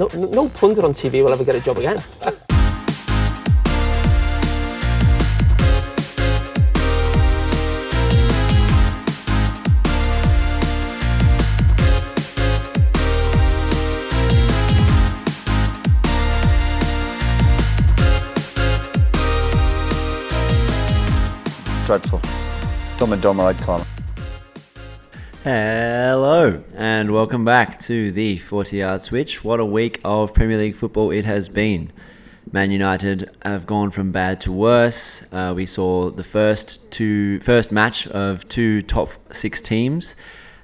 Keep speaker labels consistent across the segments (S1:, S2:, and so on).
S1: No, no pundit on TV will ever get a job again.
S2: Dreadful. Dumb and dumber, I'd call it.
S3: Hello and welcome back to the 40 yard switch. What a week of Premier League football it has been. Man United have gone from bad to worse. Uh, we saw the first two first match of two top 6 teams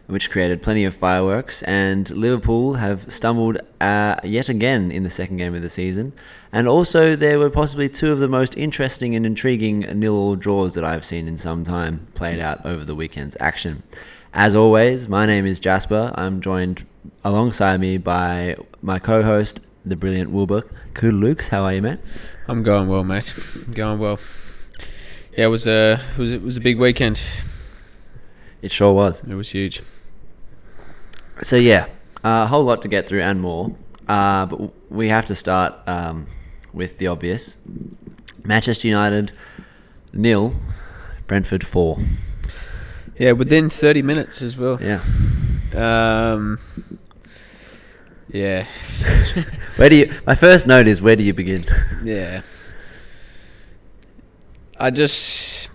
S3: which created plenty of fireworks and Liverpool have stumbled uh, yet again in the second game of the season. And also there were possibly two of the most interesting and intriguing nil all draws that I've seen in some time played out over the weekend's action. As always, my name is Jasper. I'm joined alongside me by my co-host, the brilliant Wilbur. Cool Lukes, how are you, man?
S4: I'm going well, mate. Going well. Yeah, it was a it was it was a big weekend.
S3: It sure was.
S4: It was huge.
S3: So yeah, a whole lot to get through and more. Uh, but w- we have to start um, with the obvious: Manchester United nil, Brentford four.
S4: Yeah, within 30 minutes as well.
S3: Yeah.
S4: Um, yeah,
S3: Where do you? My first note is where do you begin?
S4: yeah. I just,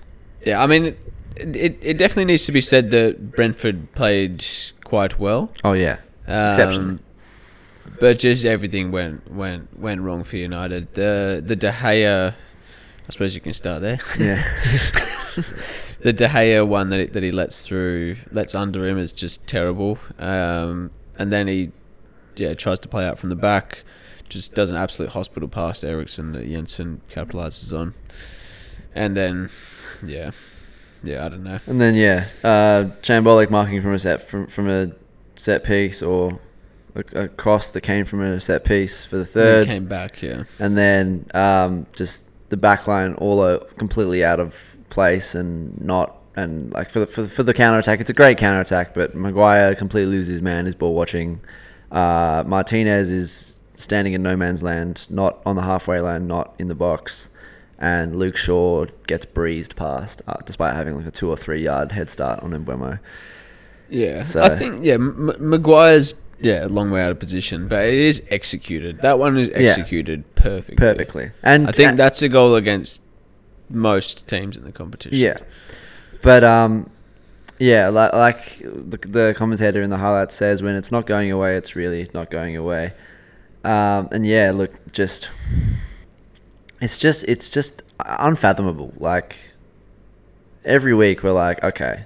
S4: yeah. I mean, it, it, it definitely needs to be said that Brentford played quite well.
S3: oh yeah,
S4: Um,
S3: exceptionally.
S4: But just everything went went went wrong for United. The the De Gea, I suppose you can start there.
S3: Yeah.
S4: the De Gea one that he, that he lets through, lets under him is just terrible. Um, and then he, yeah, tries to play out from the back, just does an absolute hospital pass to Ericsson that Jensen capitalizes on. And then, yeah, yeah, I don't know.
S3: And then yeah, uh, Chambolic marking from a set from, from a set piece or a, a cross that came from a set piece for the
S4: He
S3: third,
S4: came back, yeah.
S3: and then um, just the back line all o completely out of place and not and like for the for the, for the counter attack, it's a great counter attack, but Maguire completely loses his man, his ball watching. Uh, Martinez is standing in no man's land, not on the halfway line, not in the box. And Luke Shaw gets breezed past, uh, despite having like a two or three yard head start on Mbemo.
S4: Yeah,
S3: So-
S4: I think yeah, M- M- Maguire's yeah a long way out of position, but it is executed. That one is
S3: Yeah.
S4: executed perfectly.
S3: Perfectly. And
S4: I think
S3: and-
S4: that's a goal against most teams in the competition.
S3: Yeah, but um, yeah, like, like the, the commentator in the highlights says, when it's not going away, it's really not going away. Um, and yeah, look, just it's just it's just unfathomable. Like every week, we're like, okay,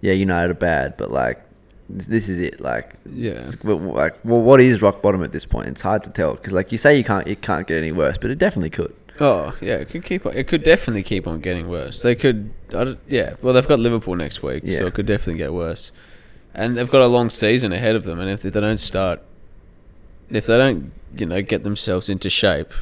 S3: yeah, United are bad, but like th- this is it. Like,
S4: Yeah.
S3: it's- w- w- like well, what is rock bottom at this point? It's hard to tell because, like you say, you can't it can't get any worse, but it definitely could.
S4: Oh yeah, it could keep. On, it could definitely keep on getting worse. They could. I don't- yeah. Well, they've got Liverpool next week,
S3: Yeah.
S4: so it could definitely get worse. And they've got a long season ahead of them, and if they don't start, if they don't, you know, get themselves into shape,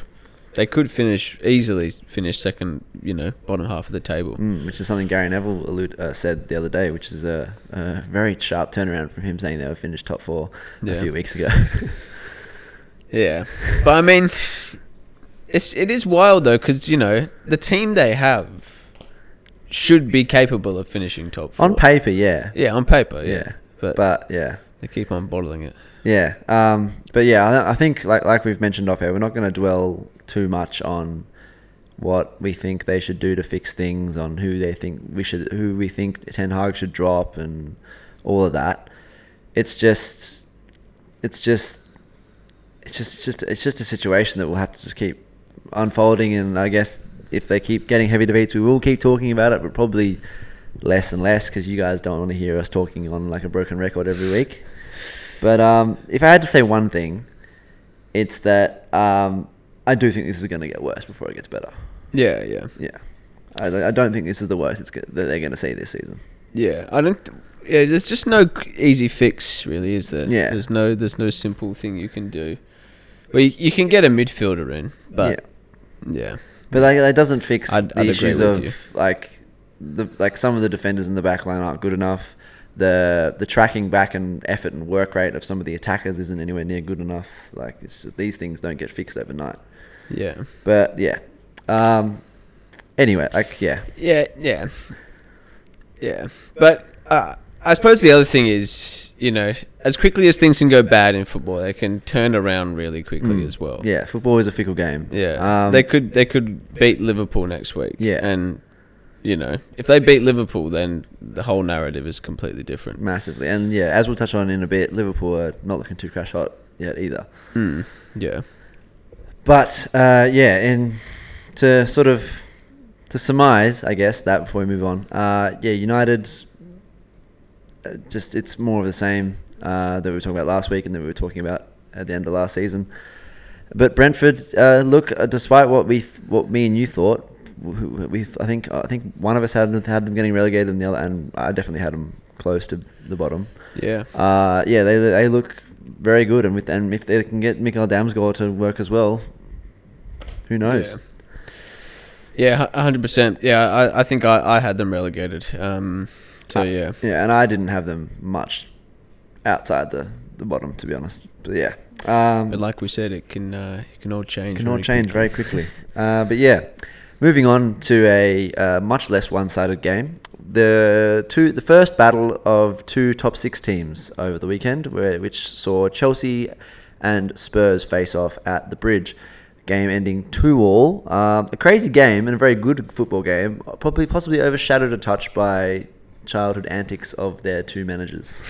S4: they could finish easily finish second, you know, bottom half of the table.
S3: Mm, which is something Gary Neville allude, uh, said the other day, which is a, a very sharp turnaround from him saying they were finished top four a
S4: Yeah.
S3: few weeks ago.
S4: Yeah, but I mean, it's it is wild though because you know the team they have should be capable of finishing top four
S3: On paper, yeah,
S4: Yeah, on paper. Yeah,
S3: Yeah,
S4: but,
S3: but yeah,
S4: they keep on bottling it.
S3: yeah. Um, but yeah, I, I think like like we've mentioned off air, we're not going to dwell too much on what we think they should do to fix things, on who they think we should, who we think Ten Hag should drop, and all of that. It's just, it's just, it's just, it's just, it's just a situation that we'll have to just keep unfolding. And I guess if they keep getting heavy debates, we will keep talking about it, but probably less and less because you guys don't want to hear us talking on like a broken record every week. But um, if I had to say one thing, it's that um, I do think this is going to get worse before it gets better.
S4: Yeah, yeah,
S3: Yeah, I, I don't think this is the worst it's go- that they're going to see this season.
S4: yeah. I don't. Th- yeah, there's just no c- easy fix, really, is there?
S3: Yeah.
S4: There's no there's no simple thing you can do. Well, you, you can get a midfielder in, but
S3: Yeah.
S4: yeah,
S3: But like, that doesn't fix
S4: I'd-
S3: the
S4: I'd agree
S3: issues
S4: with
S3: of
S4: you.
S3: like the like some of the defenders in the back line aren't good enough. the the tracking back and effort and work rate of some of the attackers isn't anywhere near good enough. Like it's just, these things don't get fixed overnight.
S4: Yeah.
S3: But yeah. Um, anyway, like yeah,
S4: Yeah, yeah, yeah. But uh, I suppose the other thing is, you know, as quickly as things can go bad in football, they can turn around really quickly as well.
S3: yeah. Football is a fickle game.
S4: yeah.
S3: Um,
S4: they could they could beat Liverpool next week.
S3: Yeah.
S4: and you know, if they beat Liverpool, then the whole narrative is completely different.
S3: massively. And yeah, as we'll touch on in a bit, Liverpool are not looking too crash hot yet either.
S4: Hmm.
S3: hmm.
S4: Yeah,
S3: But uh, yeah, and to sort of to surmise, I guess that before we move on, uh, yeah, United's uh, just it's more of the same uh, that we were talking about last week and that we were talking about at the end of last season. But Brentford, uh, look, uh, despite what we th- what me and you thought, w- we I think I think one of us had had them getting relegated and the other, and I definitely had them close to the bottom
S4: yeah,
S3: uh, yeah, they they look very good, and with and if they can get Mikael Damsgaard to work as well, who knows?
S4: yeah. Yeah, a hundred percent. Yeah, I, I think I, I had them relegated. Um, so
S3: Uh,
S4: yeah,
S3: yeah, and I didn't have them much outside the, the bottom, to be honest. But yeah, um,
S4: but like we said, it can uh, it can all change.
S3: can all
S4: really
S3: change very
S4: quickly.
S3: quickly. Uh, but yeah, moving on to a uh, much less one-sided game. The two, the first battle of two top six teams over the weekend, where, which saw Chelsea and Spurs face off at the Bridge. Game ending two all. Um, a crazy game and a very good football game, probably possibly overshadowed a touch by childhood antics of their two managers.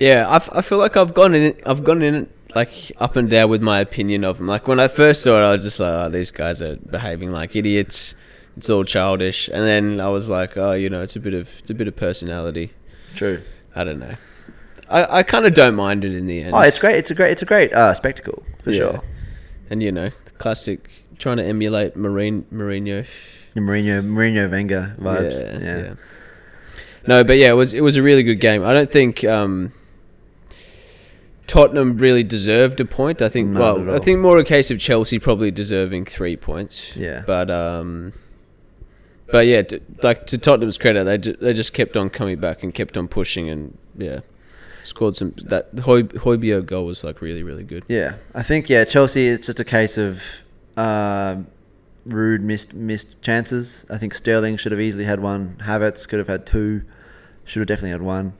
S4: Yeah, I, f- I feel like I've gone in. I've gone in like up and down with my opinion of them. Like when I first saw it, I was just like, "Oh, these guys are behaving like idiots. It's all childish." And then I was like, "Oh, you know, it's a bit of it's a bit of personality.
S3: True.
S4: I don't know. I, I kind of don't mind it in the end.
S3: Oh, it's great! It's a great! It's a great uh, spectacle for
S4: Yeah.
S3: sure.
S4: And you know, the classic trying to emulate Marine Mourinho.
S3: The Mourinho, Mourinho Wenger vibes. Yeah,
S4: No, but yeah, it was it was a really good game. I don't think um, Tottenham really deserved a point. I think
S3: Not at
S4: well, I
S3: all.
S4: think more a case of Chelsea probably deserving three points.
S3: Yeah.
S4: But um, but yeah, t- like to Tottenham's credit, they ju- they just kept on coming back and kept on pushing and yeah, scored some that Hoy- Hoybio goal was like really really good.
S3: Yeah. I think yeah, Chelsea. It's just a case of um rude missed missed chances. I think Sterling should have easily had one. Havertz could have had two. Should have definitely had one.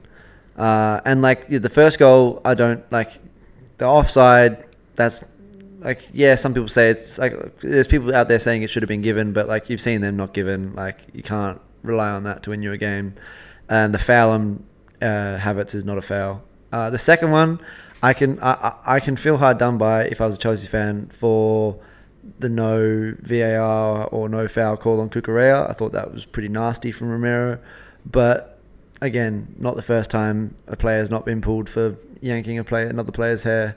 S3: Uh, and like yeah, the first goal, I don't like the offside. That's like yeah, some people say it's like there's people out there saying it should have been given, but like you've seen them not given. Like you can't rely on that to win you a game. And the foul on uh, Havertz is not a foul. Uh, the second one, I can I, I- I can feel hard done by if I was a Chelsea fan for the no VAR or no foul call on Kukurea. I thought that was pretty nasty from Romero, but again, not the first time a player's not been pulled for yanking a player another player's hair.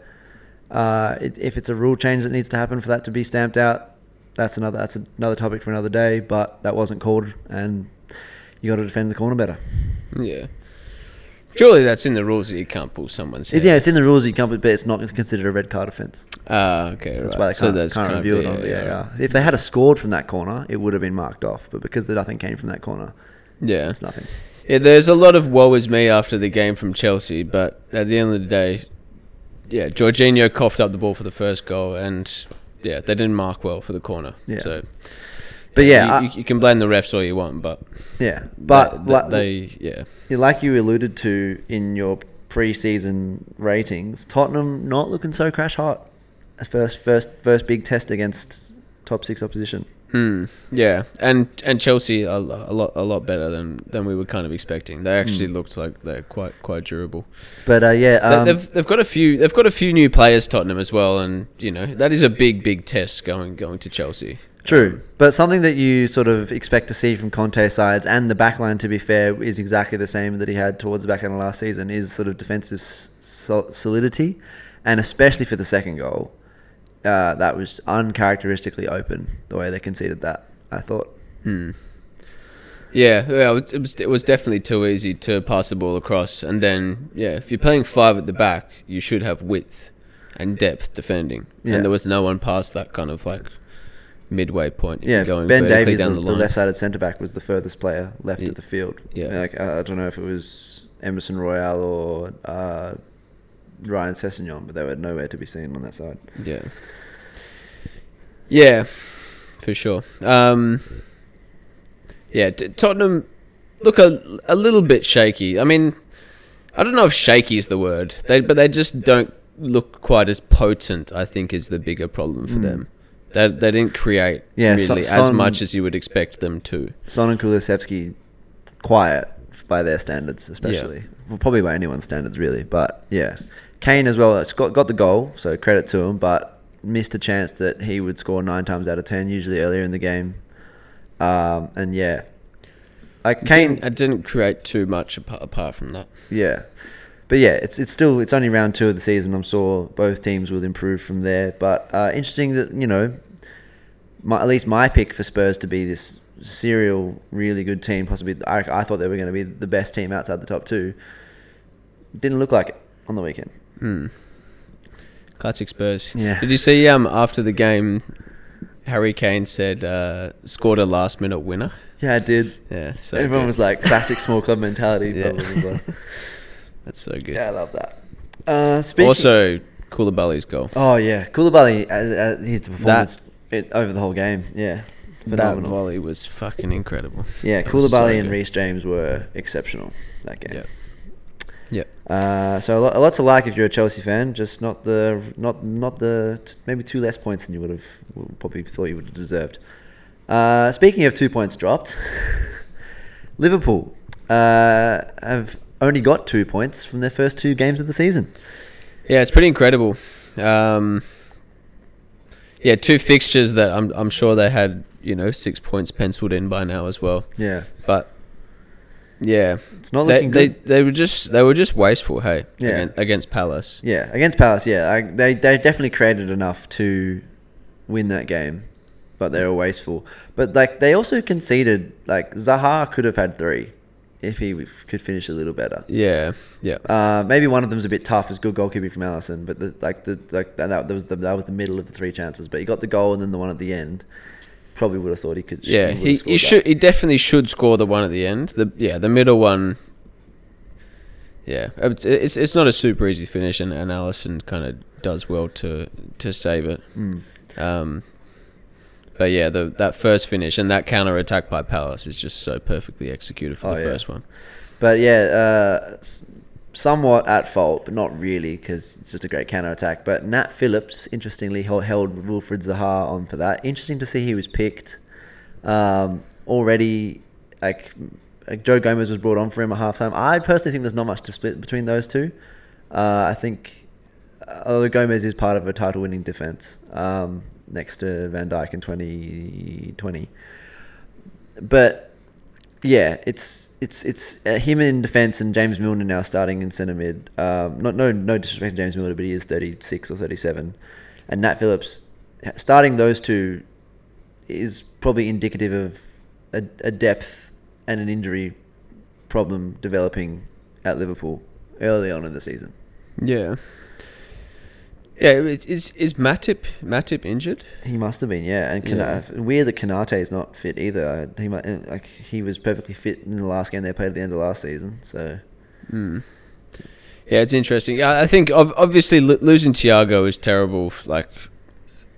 S3: Uh, it, if it's a rule change that needs to happen for that to be stamped out, that's another that's another topic for another day. But that wasn't called, and you got to defend the corner better.
S4: Yeah. Surely that's in the rules that you can't pull someone's
S3: Yeah,
S4: head.
S3: it's in the rules that you can't, but it's not considered a red card offence.
S4: Ah, okay.
S3: That's why
S4: right.
S3: they can't,
S4: so that's
S3: can't
S4: kind of-
S3: review it on VAR.
S4: yeah,
S3: If they had a scored from that corner, it would have been marked off. But because the nothing came from that corner,
S4: Yeah.
S3: it's nothing.
S4: Yeah, there's a lot of woe is me after the game from Chelsea, but at the end of the day, yeah, Jorginho coughed up the ball for the first goal, and yeah, they didn't mark well for the corner.
S3: Yeah.
S4: So,
S3: But yeah,
S4: you,
S3: I-
S4: you, you can blame the refs all you want, but
S3: yeah. But
S4: they,
S3: like,
S4: they yeah,
S3: Yeah, like you alluded to in your pre-season ratings, Tottenham not looking so crash hot. First, first, first big test against top six opposition.
S4: Hmm. yeah, and and Chelsea a, lo- a lot a lot better than than we were kind of expecting. They actually looked like they're quite quite durable.
S3: But uh, yeah,
S4: They-
S3: Hmm. um,
S4: they've they've got a few they've got a few new players Tottenham as well, and you know that is a big big test going going to Chelsea.
S3: True, but something that you sort of expect to see from Conte's sides and the backline, to be fair, is exactly the same that he had towards the back end of last season. Is sort of defensive s- sol- solidity, and especially for the second goal, uh, that was uncharacteristically open the way they conceded that. I thought.
S4: Yeah, yeah, it was- it was it was definitely too easy to pass the ball across, and then yeah, if you're playing five at the back, you should have width and depth defending,
S3: Yeah.
S4: and there was no one past that kind of like midway point. If
S3: Yeah,
S4: you're going
S3: Ben
S4: vertically
S3: Davies, the,
S4: down the, line.
S3: left-sided centre back, was the furthest player left
S4: Ye-
S3: of the field.
S4: yeah.
S3: like uh, I I don't know if it was Emerson Royale or uh, Ryan Sessegnon, but they were nowhere to be seen on that side.
S4: Yeah. Yeah, for sure. Um, yeah, t- Tottenham look a, a little bit shaky. I mean, I don't know if shaky is the word, they, but they just don't look quite as potent, I think, is the bigger problem for them. They, they didn't create
S3: Hmm. Yeah, so-
S4: really as
S3: some-
S4: much as you would expect them to.
S3: Son and Kulisevsky, quiet by their standards, especially. Well, probably by anyone's standards, really. But yeah, Kane as well. Got got the goal, so credit to him. But missed a chance that he would score nine times out of ten, usually earlier in the game. Um, and yeah, like Kane,
S4: I didn't create too much apart, apart from that.
S3: yeah, but yeah, it's it's still it's only round two of the season. I'm sure both teams will improve from there. But uh, interesting that you know, my, at least my pick for Spurs to be this serial really good team. Possibly, I, I thought they were going to be the best team outside the top two. Didn't look like it on the weekend.
S4: Classic Spurs.
S3: Yeah.
S4: Did you see um after the game, Harry Kane said uh, scored a last minute winner.
S3: Yeah, it did.
S4: Yeah. So
S3: Everyone
S4: good.
S3: was like classic small club mentality.
S4: Yeah.
S3: blah, blah, blah, blah.
S4: That's so good.
S3: yeah I love that. Uh, speaking
S4: also, Koulibaly's goal.
S3: oh yeah, Koulibaly, uh, uh, his performance it, over the whole game. Yeah,
S4: That
S3: phenomenal.
S4: volley was fucking incredible.
S3: Yeah,
S4: That was
S3: Koulibaly
S4: so
S3: and
S4: good.
S3: Reece James were exceptional that game.
S4: Yeah. Yeah.
S3: Uh, so a lot, a lot to like if you're a Chelsea fan, just not the not not the t- maybe two less points than you would have would probably thought you would have deserved. Uh, speaking of two points dropped, Liverpool uh, have only got two points from their first two games of the season.
S4: Yeah, it's pretty incredible. Um, yeah, two fixtures that I'm I'm sure they had you know six points penciled in by now as well.
S3: Yeah,
S4: But yeah,
S3: it's not
S4: they,
S3: looking
S4: they
S3: good.
S4: they were just they were just wasteful. Hey,
S3: Yeah.
S4: against, against Palace.
S3: yeah, against Palace, yeah, I, they they definitely created enough to win that game, but they were wasteful. But like they also conceded, like Zaha could have had three if he f- could finish a little better.
S4: Yeah, yeah,
S3: Uh, maybe one of them's a bit tough. It's good goalkeeping from Allison, but the, like the like that, that was the that was the middle of the three chances. But he got the goal and then the one at the end. Probably would have thought he could.
S4: yeah.
S3: would have
S4: He,
S3: scored
S4: he
S3: that.
S4: should he definitely should score the one at the end. The yeah the middle one. Yeah, it's it's, it's not a super easy finish, and, and Allison kind of does well to to save it.
S3: Hmm.
S4: Um, but yeah, the that first finish and that counter attack by Palace is just so perfectly executed for
S3: Oh,
S4: the
S3: yeah.
S4: first one.
S3: But yeah, uh, s- somewhat at fault, but not really because it's just a great counter attack. But Nat Phillips, interestingly, held, held Wilfred Zaha on for that. Interesting to see he was picked. Um, already, like, like Joe Gomez was brought on for him at halftime. I personally think there's not much to split between those two. Uh, I think, uh, although Gomez is part of a title-winning defense um, next to Van Dijk in 2020 but yeah, it's it's it's uh, him in defence and James Milner now starting in centre mid. Um, not no no disrespect to James Milner, but he is thirty six or thirty seven, and Nat Phillips starting those two is probably indicative of a, a depth and an injury problem developing at Liverpool early on in the season.
S4: Yeah. Yeah, it's, is is Matip Matip injured?
S3: He must have been, yeah. And Kana- weird that Kanate is not fit either. He might uh, like he was perfectly fit in the last game they played at the end of last season, so.
S4: Yeah, it's interesting. I I think ob- obviously lo- losing Thiago is terrible. Like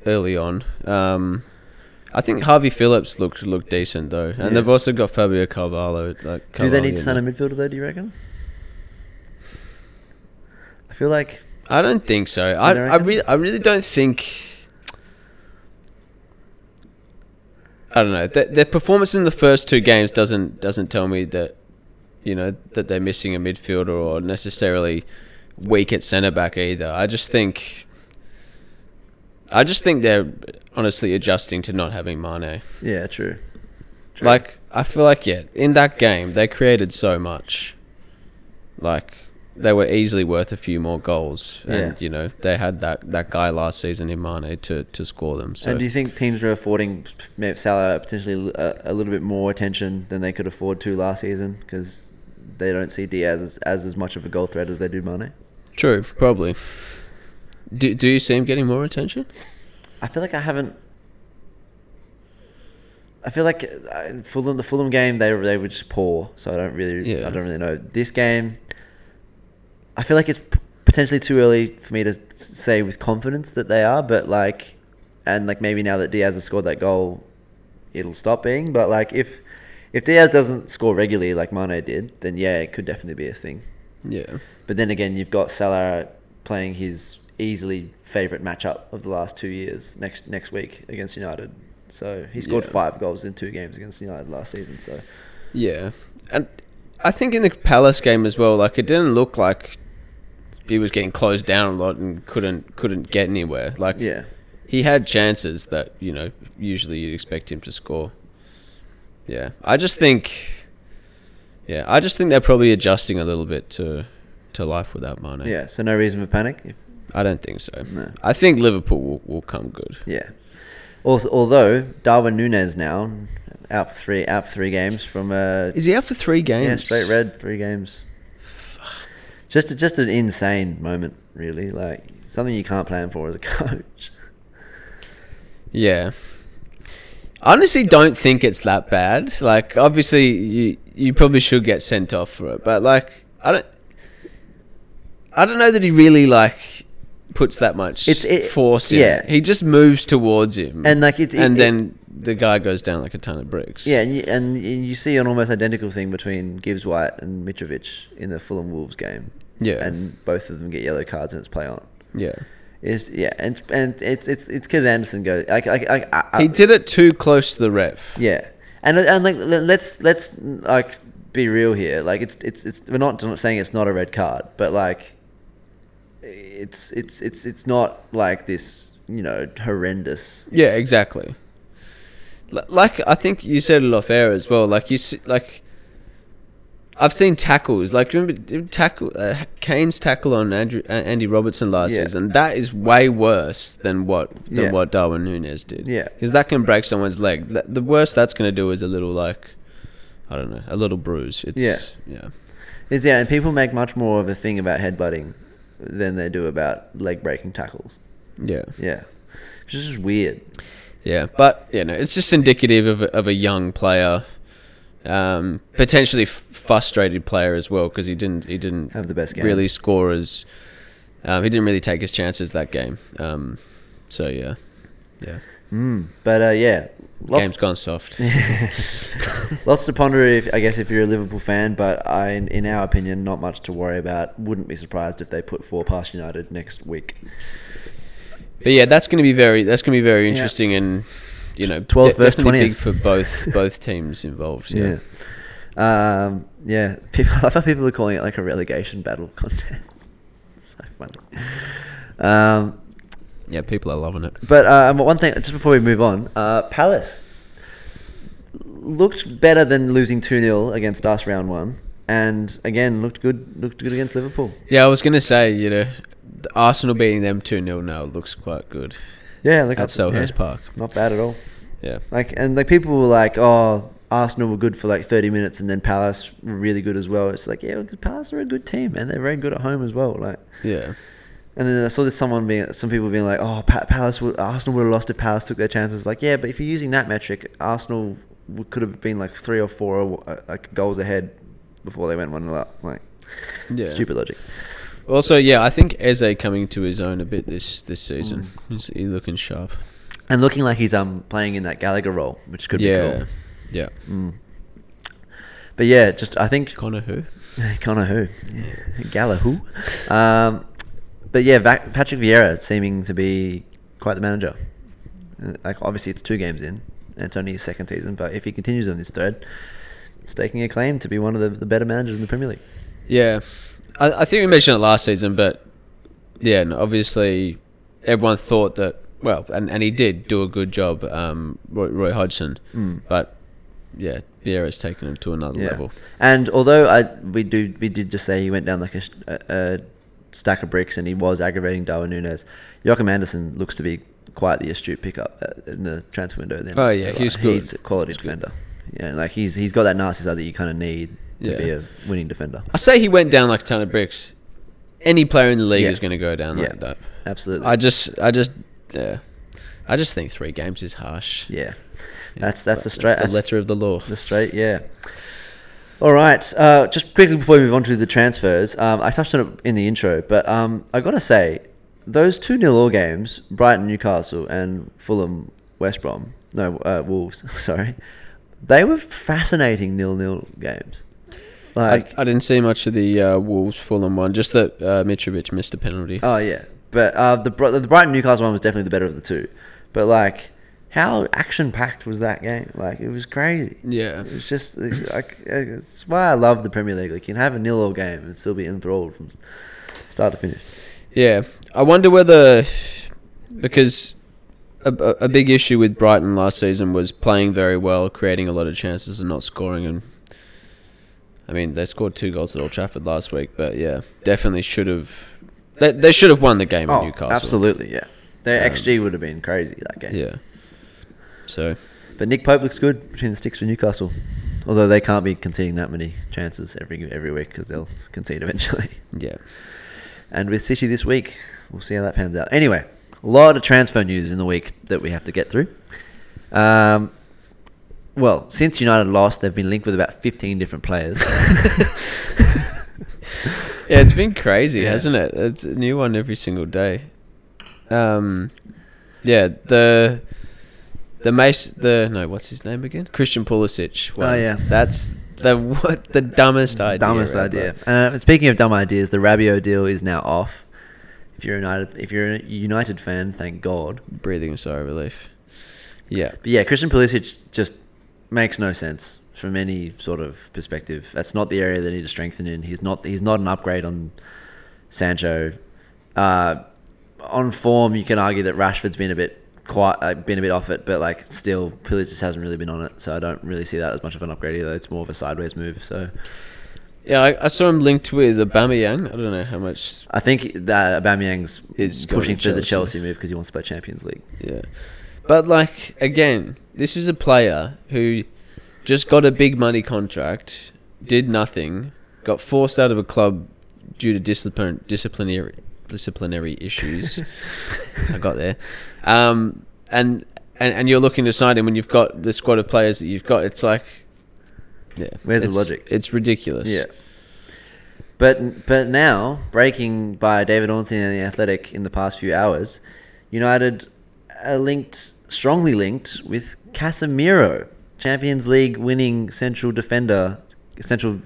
S4: early on, um, I think Harvey Phillips looked looked decent though, and
S3: Yeah.
S4: they've also got Fabio Carvalho. Like
S3: Do they
S4: Carvalho
S3: need to
S4: in
S3: sign a
S4: there.
S3: midfielder though? Do you reckon? I feel like
S4: I don't think so. I
S3: don't
S4: I
S3: reckon?
S4: really I really don't think. I don't know. Their, their performance in the first two games doesn't doesn't tell me that, you know, that they're missing a midfielder or necessarily weak at centre back either. I just think. I just think they're honestly adjusting to not having Mane.
S3: yeah, true. True.
S4: Like I feel like yeah, in that game they created so much. Like they were easily worth a few more goals, and
S3: Yeah.
S4: you know they had that, that guy last season in Mane to, to score them. So
S3: and do you think teams are affording maybe Salah potentially uh, a, a little bit more attention than they could afford to last season because they don't see Diaz as, as as much of a goal threat as they do Mane?
S4: true, probably. Do do you see him getting more attention?
S3: I feel like I haven't I feel like uh, Fulham, the Fulham game, they were- they were just poor. So I don't really,
S4: Yeah.
S3: I don't really know this game. I feel like it's p- potentially too early for me to s- say with confidence that they are, but like, and like maybe now that Diaz has scored that goal, it'll stop being. But like, if if Diaz doesn't score regularly like Mane did, then yeah, it could definitely be a thing.
S4: Yeah.
S3: But then again, you've got Salah playing his easily favourite matchup of the last two years next next week against United. So he scored
S4: Yeah.
S3: five goals in two games against United last season. So
S4: Yeah, and I think in the Palace game as well, like it didn't look like he was getting closed down a lot and couldn't couldn't get anywhere. Like
S3: yeah,
S4: he had chances that you know usually you'd expect him to score. Yeah, I just think, yeah, I just think they're probably adjusting a little bit to to life without Mane.
S3: yeah. So no reason for panic. If-
S4: I don't think so.
S3: No.
S4: I think Liverpool will, will come good.
S3: Yeah. Also, although Darwin Nunez now out for three out for three games from a
S4: Is he out for three games?
S3: yeah straight red three games. Just just an insane moment, really. Like something you can't plan for as a coach.
S4: Yeah. I honestly don't think it's that bad. Like obviously you you probably should get sent off for it, but like I don't I don't know that he really like puts that much
S3: It's- it-
S4: force in.
S3: yeah.
S4: He just moves towards him.
S3: And, like, it's- it-
S4: And
S3: it-
S4: then the guy goes down like a ton of bricks.
S3: Yeah, and you, and you- you see an almost identical thing between Gibbs White and Mitrovic in the Fulham Wolves game.
S4: Yeah.
S3: and both of them get yellow cards and it's play on.
S4: Yeah.
S3: It's yeah, and and it's it's it's because Anderson goes like like like I, I,
S4: He did it too close to the ref.
S3: yeah, and and like le- let's let's like be real here. Like it's it's it's we're not saying it's not a red card, but like it's it's it's it's not like this you know horrendous.
S4: Yeah, exactly. L- Like I think you said it off air as well. Like you see, like I've seen tackles. Like remember remember tackle uh, Kane's tackle on Andrew, uh, Andy Robertson last
S3: Yeah.
S4: season. That is way worse than what than
S3: Yeah.
S4: what Darwin Nunez did.
S3: Yeah.
S4: because that can break someone's leg. Th- The worst that's going to do is a little like I don't know, a little bruise. It's yeah, yeah,
S3: It's yeah, and people make much more of a thing about headbutting than they do about leg breaking tackles.
S4: yeah.
S3: Yeah. Which is just weird.
S4: Yeah, but you know, it's just indicative of a, of a young player, um, potentially f- frustrated player as well because he didn't he didn't
S3: Have the best game.
S4: really score as um, he didn't really take his chances that game. Um, so yeah, yeah,
S3: But uh, yeah, lots,
S4: Hmm. game's gone soft.
S3: lots to ponder, if, I guess, if you're a Liverpool fan. But I, in, in our opinion, not much to worry about. Wouldn't be surprised if they put four past United next week.
S4: But yeah, that's going to be very that's going to be very interesting and you know
S3: 12th versus
S4: definitely
S3: 20th.
S4: big for both both teams involved.
S3: Yeah.
S4: Yeah,
S3: Um, yeah. People, I thought people are calling it like a relegation battle contest. so funny. Um,
S4: yeah, people are loving it.
S3: But um, one thing, just before we move on, uh, Palace looked better than losing 2 0 against us round one. And again, looked good. Looked good against Liverpool.
S4: Yeah, I was going to say you know the Arsenal beating them two 0 now looks quite good.
S3: Yeah, like
S4: At Selhurst
S3: yeah,
S4: Park.
S3: not bad at all.
S4: Yeah.
S3: Like and like people were like, oh, Arsenal were good for like 30 minutes, and then Palace were really good as well. It's like, yeah, look, Palace are a good team, and they're very good at home as well. Like,
S4: Yeah.
S3: and then I saw this someone being, some people being like, oh, pa- Palace, would, Arsenal would have lost if Palace took their chances. Like, yeah, but if you're using that metric, Arsenal w- could have been like three or four uh, like goals ahead before they went one 0 up. Like,
S4: Yeah.
S3: stupid logic.
S4: Also, yeah, I think Eze coming to his own a bit this this
S3: Mm.
S4: season. He's, he's looking sharp.
S3: And looking like he's um playing in that Gallagher role, which could be
S4: yeah.
S3: cool.
S4: Yeah.
S3: But yeah, just I think
S4: Connor who?
S3: Connor who, Gala who, um, but yeah, Va- Patrick Vieira seeming to be quite the manager. Uh, Like obviously it's two games in, and it's only his second season. But if he continues on this thread, staking a claim to be one of the, the better managers in the Premier League.
S4: Yeah. I, I think we mentioned it last season, but yeah, and obviously everyone thought that, well, and, and he did do a good job, um, Roy, Roy Hodgson. But yeah, Vieira's taken him to another
S3: Mm. Yeah.
S4: level.
S3: And although I we do we did just say he went down like a, sh- a, a stack of bricks and he was aggravating Darwin Nunes, Joachim Anderson looks to be quite the astute pickup uh, in the transfer window. Then
S4: Oh, yeah,
S3: Like,
S4: he's good.
S3: a quality defender. Yeah, like he's he's got that narcissism that you kind of need to
S4: Yeah.
S3: be a winning defender.
S4: I say he went down like a ton of bricks. Any player in the league
S3: Yeah.
S4: is going to go down
S3: Yeah.
S4: like that.
S3: Absolutely.
S4: I just, I just, yeah. I just think three games is harsh.
S3: Yeah, that's that's a
S4: That's
S3: straight
S4: the
S3: that's
S4: letter of the law.
S3: the straight. Yeah. All right. Uh, just quickly before we move on to the transfers, um, I touched on it in the intro, but um, I gotta say those two nil all games, Brighton, Newcastle, and Fulham, West Brom, no uh, Wolves, sorry, they were fascinating nil nil games. Like,
S4: I, I didn't see much of the uh, Wolves Fulham one. Just that uh, Mitrovic missed a penalty.
S3: oh yeah, but uh, the Bri- the Brighton Newcastle one was definitely the better of the two. But like, how action packed was that game? Like, it was crazy.
S4: yeah,
S3: It's just like it's why I love the Premier League. Like you can have a nil all game and still be enthralled from start to finish.
S4: yeah. I wonder whether because a, a a big issue with Brighton last season was playing very well, creating a lot of chances, and not scoring. And I mean, they scored two goals at Old Trafford last week, but yeah, definitely should have. They, they should have won the game at Newcastle.
S3: Oh, absolutely, yeah. Their
S4: Um,
S3: XG would have been crazy that game.
S4: Yeah. So
S3: But Nick Pope looks good between the sticks for Newcastle, although they can't be conceding that many chances every every week because they'll concede eventually.
S4: yeah.
S3: And with City this week, we'll see how that pans out. Anyway, a lot of transfer news in the week that we have to get through. Um, well, since United lost, they've been linked with about 15 different players.
S4: Yeah, it's been crazy,
S3: Yeah.
S4: hasn't it? It's a new one every single day. Um, yeah, the the Mace the no, what's his name again? Christian Pulisic. one.
S3: Oh, yeah.
S4: that's the what the dumbest idea.
S3: Dumbest
S4: ever.
S3: idea. Uh, and speaking of dumb ideas, the Rabio deal is now off. If you're a United, if you're a United fan, thank God.
S4: Breathing a sigh of relief. Yeah,
S3: But yeah, Christian Pulisic just makes no sense from any sort of perspective. That's not the area they need to strengthen in. He's not. He's not an upgrade on Sancho. Uh, on form, you can argue that Rashford's been a bit quite uh, been a bit off it, but like still, Pulisic hasn't really been on it. So I don't really see that as much of an upgrade either. It's more of a sideways move. So.
S4: yeah. I, I saw him linked with Aubameyang. I don't know how much.
S3: I think that Aubameyang's
S4: Is going
S3: pushing
S4: to
S3: for the
S4: Chelsea.
S3: Chelsea move because he wants to play Champions League.
S4: Yeah, but like again, this is a player who just got a big money contract, did nothing, got forced out of a club due to discipline, disciplinary disciplinary issues. I got there, um, and, and and you're looking to sign him when you've got the squad of players that you've got. It's like, yeah,
S3: Where's the
S4: it's-
S3: logic?
S4: It's ridiculous.
S3: But but now, breaking by David Ornstein and the Athletic in the past few hours, United are linked strongly linked with Casemiro, Champions League winning central defender, central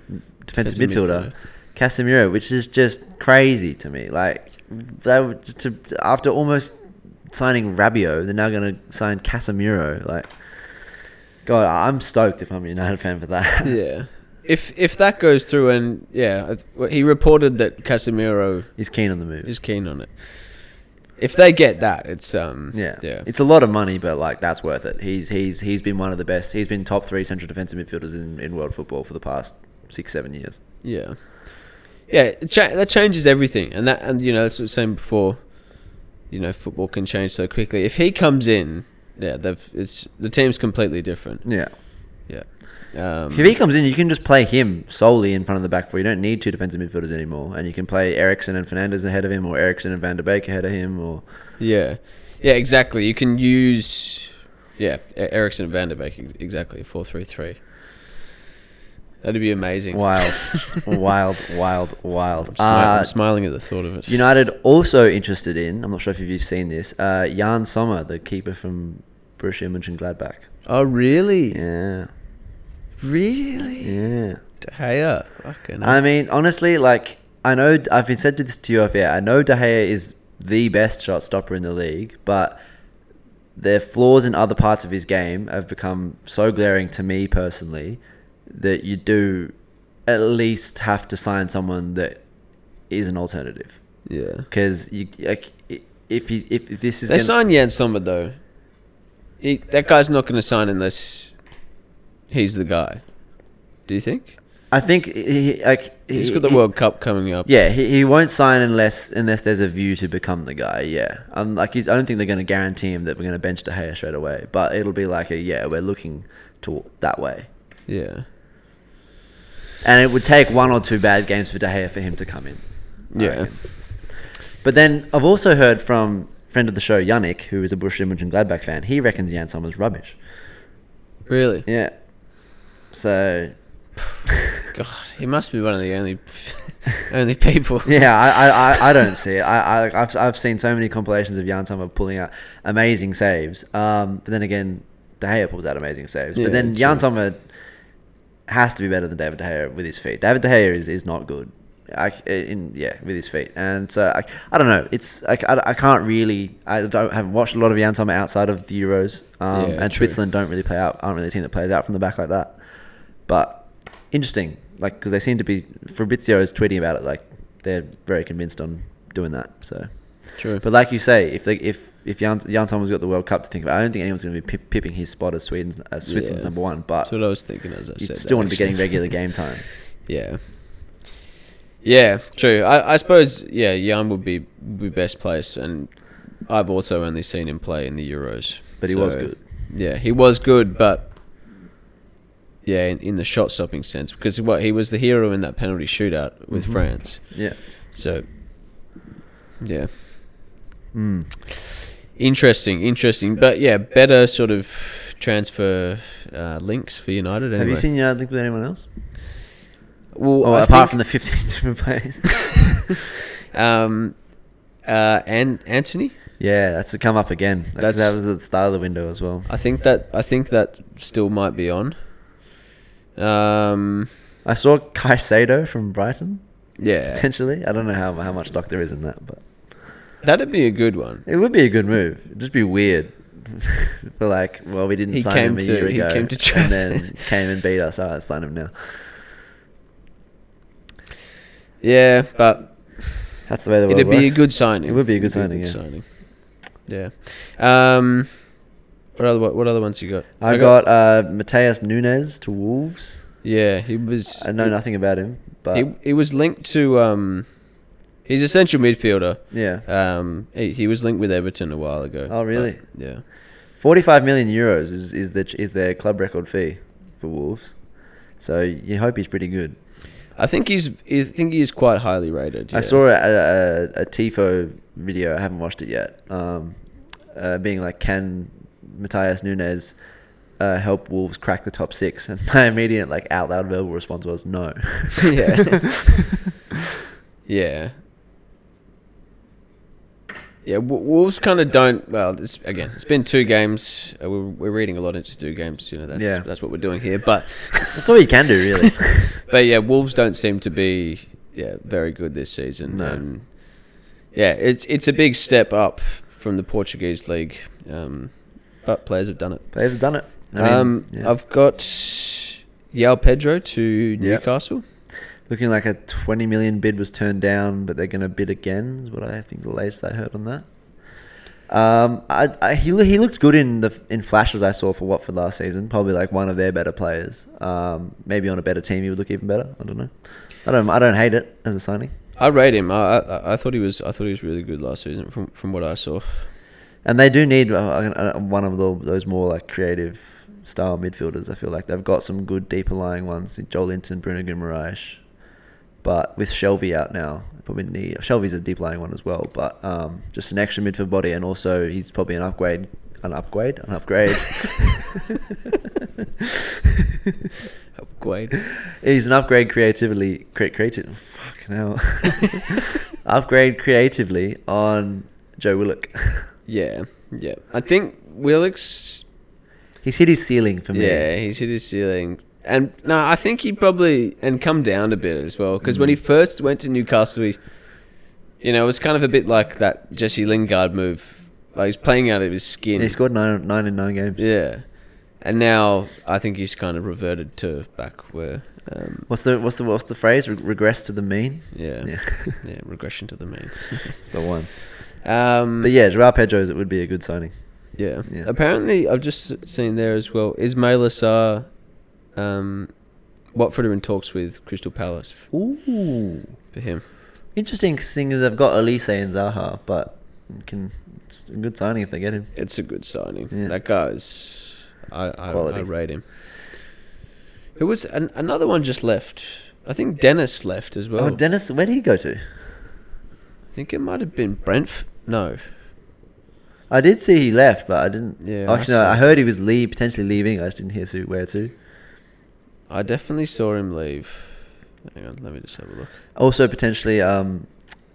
S3: defensive
S4: Defensive
S3: midfielder, Casemiro, which is just crazy to me. Like they were to, after almost signing Rabio, they're now going to sign Casemiro. Like God, I'm stoked if I'm a United fan for that.
S4: yeah. If if that goes through and yeah, I- he reported that Casemiro
S3: He's keen on the move.
S4: is keen on it. If they get that, it's um
S3: Yeah.
S4: yeah
S3: It's a lot of money, but like that's worth it. He's he's he's been one of the best. He's been top three central defensive midfielders in, in world football for the past six, seven years.
S4: yeah yeah it cha- that changes everything, and that and you know that's what I was saying before. You know, football can change so quickly. If he comes in, yeah, they've it's the team's completely different.
S3: Yeah.
S4: Yeah, um,
S3: If he comes in, you can just play him solely in front of the back four. You don't need two defensive midfielders anymore. And you can play Ericsson and Fernandez ahead of him or Ericsson and Van der Beek ahead of him or
S4: yeah, yeah, exactly. You can use yeah E- Ericsson and Van der Beek ex- exactly four three three. That'd be amazing.
S3: wild. wild, wild, wild.
S4: Smi- I'm
S3: Uh,
S4: smiling at the thought of it.
S3: United also interested in, I'm not sure if you've seen this, uh, Jan Sommer, the keeper from Borussia Mönchengladbach.
S4: oh really?
S3: Yeah.
S4: Really?
S3: Yeah.
S4: De Gea. Fucking
S3: I mean, honestly, like I know I've been said this to you off air. I know De Gea is the best shot stopper in the league, but their flaws in other parts of his game have become so glaring to me personally that you do at least have to sign someone that is an alternative
S4: yeah.
S3: because you like, i- if he, if this is
S4: They
S3: gonna-
S4: sign Jan Sommer though. He, that guy's not going to sign unless he's the guy. Do you think?
S3: I think he, he- like
S4: He's
S3: he-
S4: got the
S3: he-
S4: World Cup coming up.
S3: Yeah, he, he won't sign unless unless there's a view to become the guy. Yeah, um, like he's, I don't think they're going to guarantee him that we're going to bench De Gea straight away. But it'll be like a yeah, we're looking to that way.
S4: Yeah.
S3: And it would take one or two bad games for De Gea for him to come in. I
S4: Yeah.
S3: reckon. But then I've also heard from friend of the show, Yannick, who is a Bush Image and Gladback fan, he reckons Jan Sommer's rubbish.
S4: Really?
S3: Yeah. So
S4: God, he must be one of the only only people.
S3: yeah, I, I, I, I don't see it. I, I I've, I've seen so many compilations of Jan Sommer pulling out amazing saves. Um, but then again, De Gea pulls out amazing saves.
S4: Yeah,
S3: but then
S4: true.
S3: Jan Sommer has to be better than David De Gea with his feet. David De Gea is, is not good. I, in yeah with his feet and so I, I don't know it's I, I, I can't really I don't haven't watched a lot of Jan Sommer outside of the Euros um,
S4: Yeah,
S3: and
S4: true.
S3: Switzerland don't really play out aren't really a team that plays out from the back like that but interesting, like because they seem to be. Fabrizio is tweeting about it, like they're very convinced on doing that. So,
S4: True.
S3: but uh, like you say, if they if if Jan, Jan Sommer's got the World Cup to think about, I don't think anyone's going to be pip, pipping his spot as Sweden's as Switzerland's
S4: Yeah.
S3: number one. But
S4: That's what I was thinking as I
S3: you
S4: said.
S3: still
S4: that,
S3: want to be getting
S4: actually.
S3: regular game time.
S4: Yeah. Yeah, true. I, I suppose yeah, Jan would be be best place, and I've also only seen him play in the Euros.
S3: But he was good.
S4: Yeah, he was good, but yeah, in, in the shot stopping sense, because what he was the hero in that penalty shootout with
S3: Mm-hmm.
S4: France.
S3: Yeah.
S4: So yeah,
S3: Mm.
S4: interesting, interesting, but yeah, better sort of transfer uh, links for United. Anyway.
S3: Have you seen Jan link with anyone else?
S4: Well,
S3: Oh,
S4: I
S3: apart
S4: think-
S3: from the fifteen different players.
S4: Um, uh, and Anthony,
S3: yeah, that's to come up again. That's, that
S4: That's-
S3: was at the start of the window as well.
S4: I think that I think that still might be on. Um,
S3: I saw Caicedo from Brighton
S4: yeah,
S3: potentially. I don't know how how much stock there is in that, but.
S4: that'd be a good one.
S3: It would be a good move. It'd just be weird. but like, well, we didn't
S4: He
S3: sign
S4: came
S3: him a
S4: to-
S3: year
S4: he
S3: ago,
S4: came to
S3: and
S4: Trafford.
S3: then came and beat us. Oh, let's sign him now.
S4: Yeah, but
S3: That's the way the world
S4: it'd be a
S3: works.
S4: good signing.
S3: It would be a good
S4: It'd
S3: signing. yeah.
S4: signing. Yeah. Um, what other what other ones you got?
S3: I got uh, Mateus Nunes to Wolves.
S4: Yeah, he was.
S3: I know
S4: he-
S3: nothing about him, but
S4: He he was linked to um, he's a central midfielder.
S3: yeah,
S4: Um, he, he was linked with Everton a while ago.
S3: Oh, really?
S4: but, yeah.
S3: forty-five million euros is is their is their club record fee for Wolves. So you hope he's pretty good.
S4: I think he's. I think he is quite highly rated.
S3: I
S4: yeah.
S3: saw a, a, a Tifo video. I haven't watched it yet. Um, uh, being like, can Matthias Nunes uh, help Wolves crack the top six? And my immediate like out loud verbal response was no.
S4: yeah. yeah. Yeah, Wo- Wolves kind of don't. Well, this again, it's been two games. Uh, we're, we're reading a lot into two games. You know, that's
S3: Yeah.
S4: that's what we're doing here. But
S3: That's all you can do, really.
S4: but yeah, Wolves don't seem to be yeah very good this season.
S3: No.
S4: And yeah, it's it's a big step up from the Portuguese league, um, but players have done it.
S3: They've done it. I mean,
S4: um,
S3: yeah.
S4: I've got Yao Pedro to Newcastle.
S3: looking like a 20 million bid was turned down, but they're going to bid again. Is what I think the latest I heard on that. Um, I, I, he loo- he looked good in the in flashes I saw for Watford last season. Probably like one of their better players. Um, maybe on a better team he would look even better. I don't know. I don't I don't hate it as a signing.
S4: I rate him. I, I I thought he was I thought he was really good last season from from what I saw.
S3: And they do need uh, uh, one of tho- those more like creative style midfielders. I feel like they've got some good deeper lying ones. Joel Linton, Bruno Guimaraes. But with Shelby out now, probably need, Shelby's a deep lying one as well. But um, just an extra midfield body, and also he's probably an upgrade, an upgrade, an upgrade.
S4: Upgrade.
S3: he's an upgrade creatively, cre- creative. Fucking hell, upgrade creatively on Joe Willock.
S4: Yeah, yeah. I think Willicks.
S3: he's hit his ceiling for me.
S4: Yeah, he's hit his ceiling, and no, I think he probably and come down a bit as well because when
S3: Mm.
S4: he first went to Newcastle, he, you know, it was kind of a bit like that Jesse Lingard move. Like he's playing out of his skin.
S3: he scored nine, nine in nine games.
S4: Yeah, and now I think he's kind of reverted to back where. Um,
S3: What's the what's the what's the phrase? Re- regress to the mean.
S4: yeah,
S3: Yeah.
S4: yeah, regression to the mean.
S3: It's the one.
S4: um,
S3: But yeah, Joao Pedro's it would be a good signing.
S4: Yeah.
S3: Yeah.
S4: Apparently, I've just s- seen there as well. Ismail Assar, um, Watford are in talks with Crystal Palace f-
S3: Ooh,
S4: for him.
S3: interesting thing is they've got Elise and Zaha, but can it's a good signing if they get him.
S4: It's a good signing.
S3: Yeah.
S4: That guy's. I, I, I
S3: Quality.
S4: rate him. Who was an, another one just left? I think Dennis left as well.
S3: Oh, Dennis, where did he go to?
S4: I think it might have been Brentf. No,
S3: I did see he left, but I didn't.
S4: Yeah,
S3: Yeah.
S4: I
S3: Actually, no,
S4: saw
S3: I
S4: that.
S3: heard he was leave, potentially leaving. I just didn't hear to, where to.
S4: I definitely saw him leave. Hang on, let me just have a look.
S3: Also, potentially, um,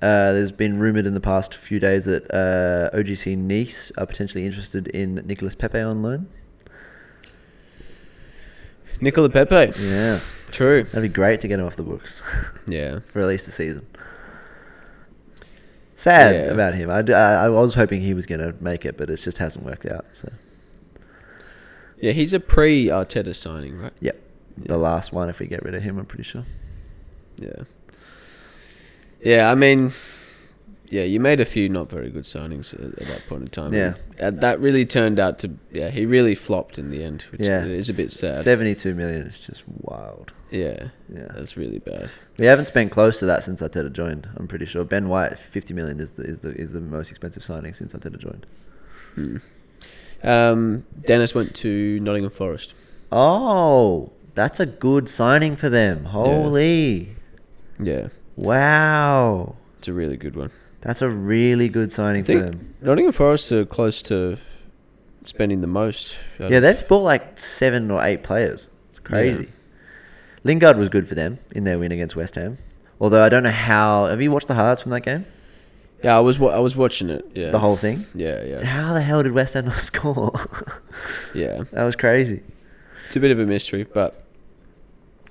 S3: uh, there's been rumored in the past few days that uh, OGC Nice are potentially interested in Nicolas Pepe on loan.
S4: Nicola Pepe.
S3: Yeah,
S4: True.
S3: that'd be great to get him off the books
S4: Yeah.
S3: for at least the season. Sad
S4: Yeah.
S3: about him. I, d- I- I was hoping he was going to make it, but it just hasn't worked out. So,
S4: Yeah, he's a pre Arteta signing, right?
S3: yep, the last one if we get rid of him, I'm pretty sure.
S4: Yeah. Yeah, I mean, yeah, you made a few not very good signings at, at that point in time.
S3: Yeah.
S4: And uh, that really turned out to, yeah, he really flopped in the end, which
S3: yeah,
S4: is a bit sad.
S3: Seventy-two million is just wild.
S4: Yeah.
S3: Yeah.
S4: That's really bad.
S3: We haven't spent close to that since Arteta joined. I'm pretty sure Ben White, fifty million is the is the is the most expensive signing since Arteta joined.
S4: Hmm. Um, Dennis went to Nottingham Forest.
S3: Oh, that's a good signing for them. Holy
S4: Yeah.
S3: wow,
S4: It's a really good one.
S3: that's a really good signing
S4: I think
S3: for them.
S4: Nottingham Forest are close to spending the most. out
S3: Yeah,
S4: of-
S3: they've bought like seven or eight players. It's crazy. Lingard was good for them in their win against West Ham. Although I don't know how. Have you watched the highlights from that game?
S4: Yeah, I was wa- I was watching it. Yeah.
S3: The whole thing.
S4: Yeah, yeah,
S3: How the hell did West Ham not score?
S4: yeah.
S3: that was crazy.
S4: It's a bit of a mystery, but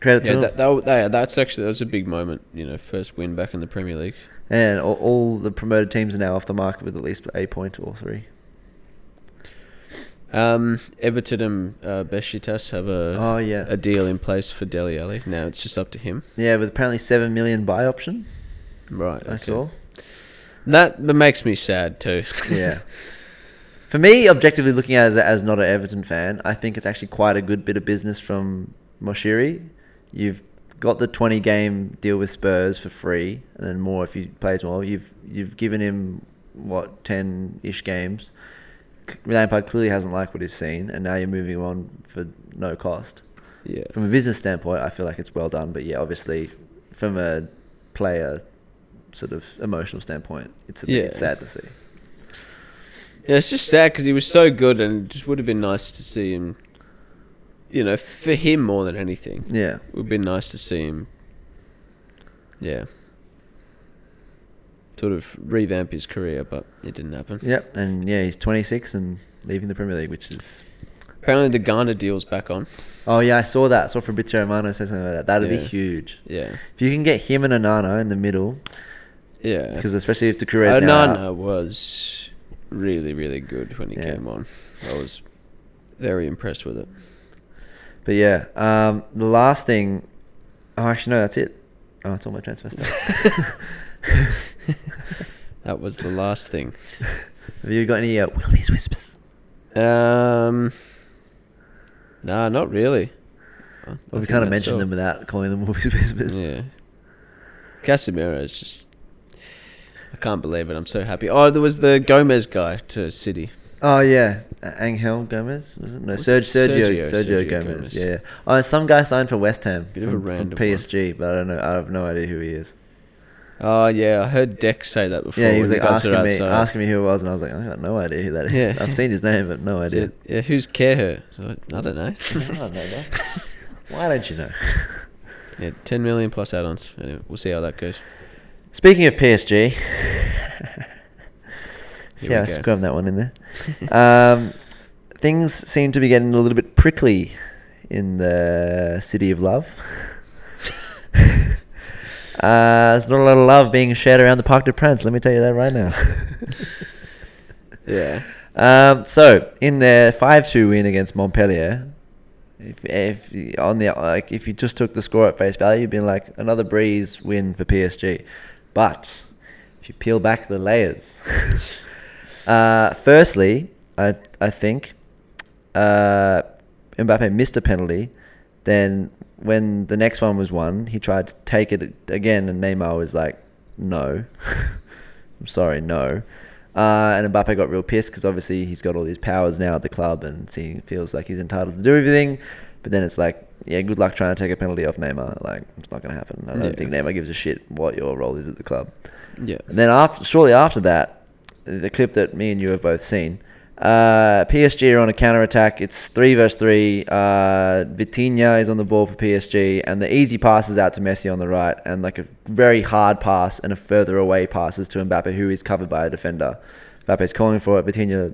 S3: Credit to
S4: yeah,
S3: them.
S4: that, that, wa- that that's actually that was a big moment. You know, first win back in the Premier League.
S3: And all, all the promoted teams are now off the market with at least a point or three.
S4: Um, Everton and uh, Besiktas have a
S3: Oh, yeah.
S4: a deal in place for Deli Alley. Now it's just up to him.
S3: Yeah, with apparently seven million buy option.
S4: Right.
S3: I
S4: okay.
S3: saw.
S4: That that makes me sad too.
S3: Yeah. For me, objectively looking at it as, as not an Everton fan, I think it's actually quite a good bit of business from Moshiri. You've got the 20 game deal with Spurs for free, and then more if you play as well. You've you've given him what 10 ish games. C- Lampard clearly hasn't liked what he's seen, and now you're moving him on for no cost.
S4: yeah.
S3: From a business standpoint, I feel like it's well done, but yeah, obviously, from a player sort of emotional standpoint, it's a bit
S4: Yeah.
S3: it's sad to see.
S4: Yeah, it's just sad because he was so good, and it just would have been nice to see him. You know, for him more than anything,
S3: Yeah.
S4: it would have been nice to see him. Yeah, sort of revamp his career, but it didn't happen.
S3: Yep, and yeah, he's 26 and leaving the Premier League, which is.
S4: Apparently, the Ghana deal's back on.
S3: Oh yeah, I saw that. I saw Fabrizio Romano say something like that. That'd
S4: Yeah.
S3: be huge.
S4: Yeah,
S3: If you can get him and Onana in the middle,
S4: yeah. Uh,
S3: because especially if the career is now. out-
S4: Anana was really, really good when he
S3: Yeah.
S4: came on. I was very impressed with it.
S3: But yeah, um, the last thing. Oh, actually, no, that's it. Oh, it's all my transfer stuff.
S4: That was the last thing.
S3: Have you got any uh, Willoughby's Wisps?
S4: Um, nah, not really. I- I
S3: Well, we
S4: think
S3: kind of
S4: that's
S3: mentioned
S4: all.
S3: them without calling them Willoughby's Whispers.
S4: Yeah, Casemiro is just. I can't believe it. I'm so happy. Oh, there was the Gomez guy to City.
S3: Oh yeah, A- Angel Gomez was it? No,
S4: Was it
S3: Serge, Sergio
S4: Sergio-
S3: Sergio,
S4: Sergio
S3: Gomez.
S4: Gomez.
S3: Yeah, yeah. Oh, some guy signed for West Ham
S4: Bit of a
S3: from, from
S4: random one.
S3: PSG, but I don't know. I have no idea who he is.
S4: Oh yeah, I heard Dex say that before.
S3: yeah, he was
S4: when
S3: like
S4: guys were
S3: asking me
S4: outside.
S3: asking me who it was, and I was like, I got no idea who that is.
S4: Yeah.
S3: I've seen his name, but no
S4: Is
S3: idea.
S4: it- yeah, who's Keher? So, I don't know.
S3: I don't know that. Why don't you know?
S4: yeah, ten million plus add-ons. Anyway, we'll see how that goes.
S3: Speaking of PSG, see
S4: Here
S3: how I
S4: we go.
S3: scrubbed that one in there. Um, things seem to be getting a little bit prickly in the city of love. uh, there's not a lot of love being shared around the Parc de Prince. Let me tell you that right now.
S4: Yeah.
S3: Um, so in their five-two win against Montpellier, if, if you- on the like, if you just took the score at face value, you'd be like another breeze win for PSG. But if you peel back the layers, uh, firstly, I I think uh, Mbappe missed a penalty. Then when the next one was won, he tried to take it again, and Neymar was like, "No, I'm sorry, no." Uh, and Mbappe got real pissed because obviously he's got all these powers now at the club, and he feels like he's entitled to do everything. But then it's like, yeah, good luck trying to take a penalty off Neymar. Like, it's not going to happen. I don't
S4: Yeah.
S3: think Neymar gives a shit what your role is at the club.
S4: Yeah.
S3: And then after, shortly after that, the clip that me and you have both seen. Uh, PSG are on a counter attack. It's three versus three. Uh, Vitinha is on the ball for PSG, and the easy pass is out to Messi on the right, and like a very hard pass and a further away passes to Mbappe, who is covered by a defender. Mbappe's calling for it. Vitinha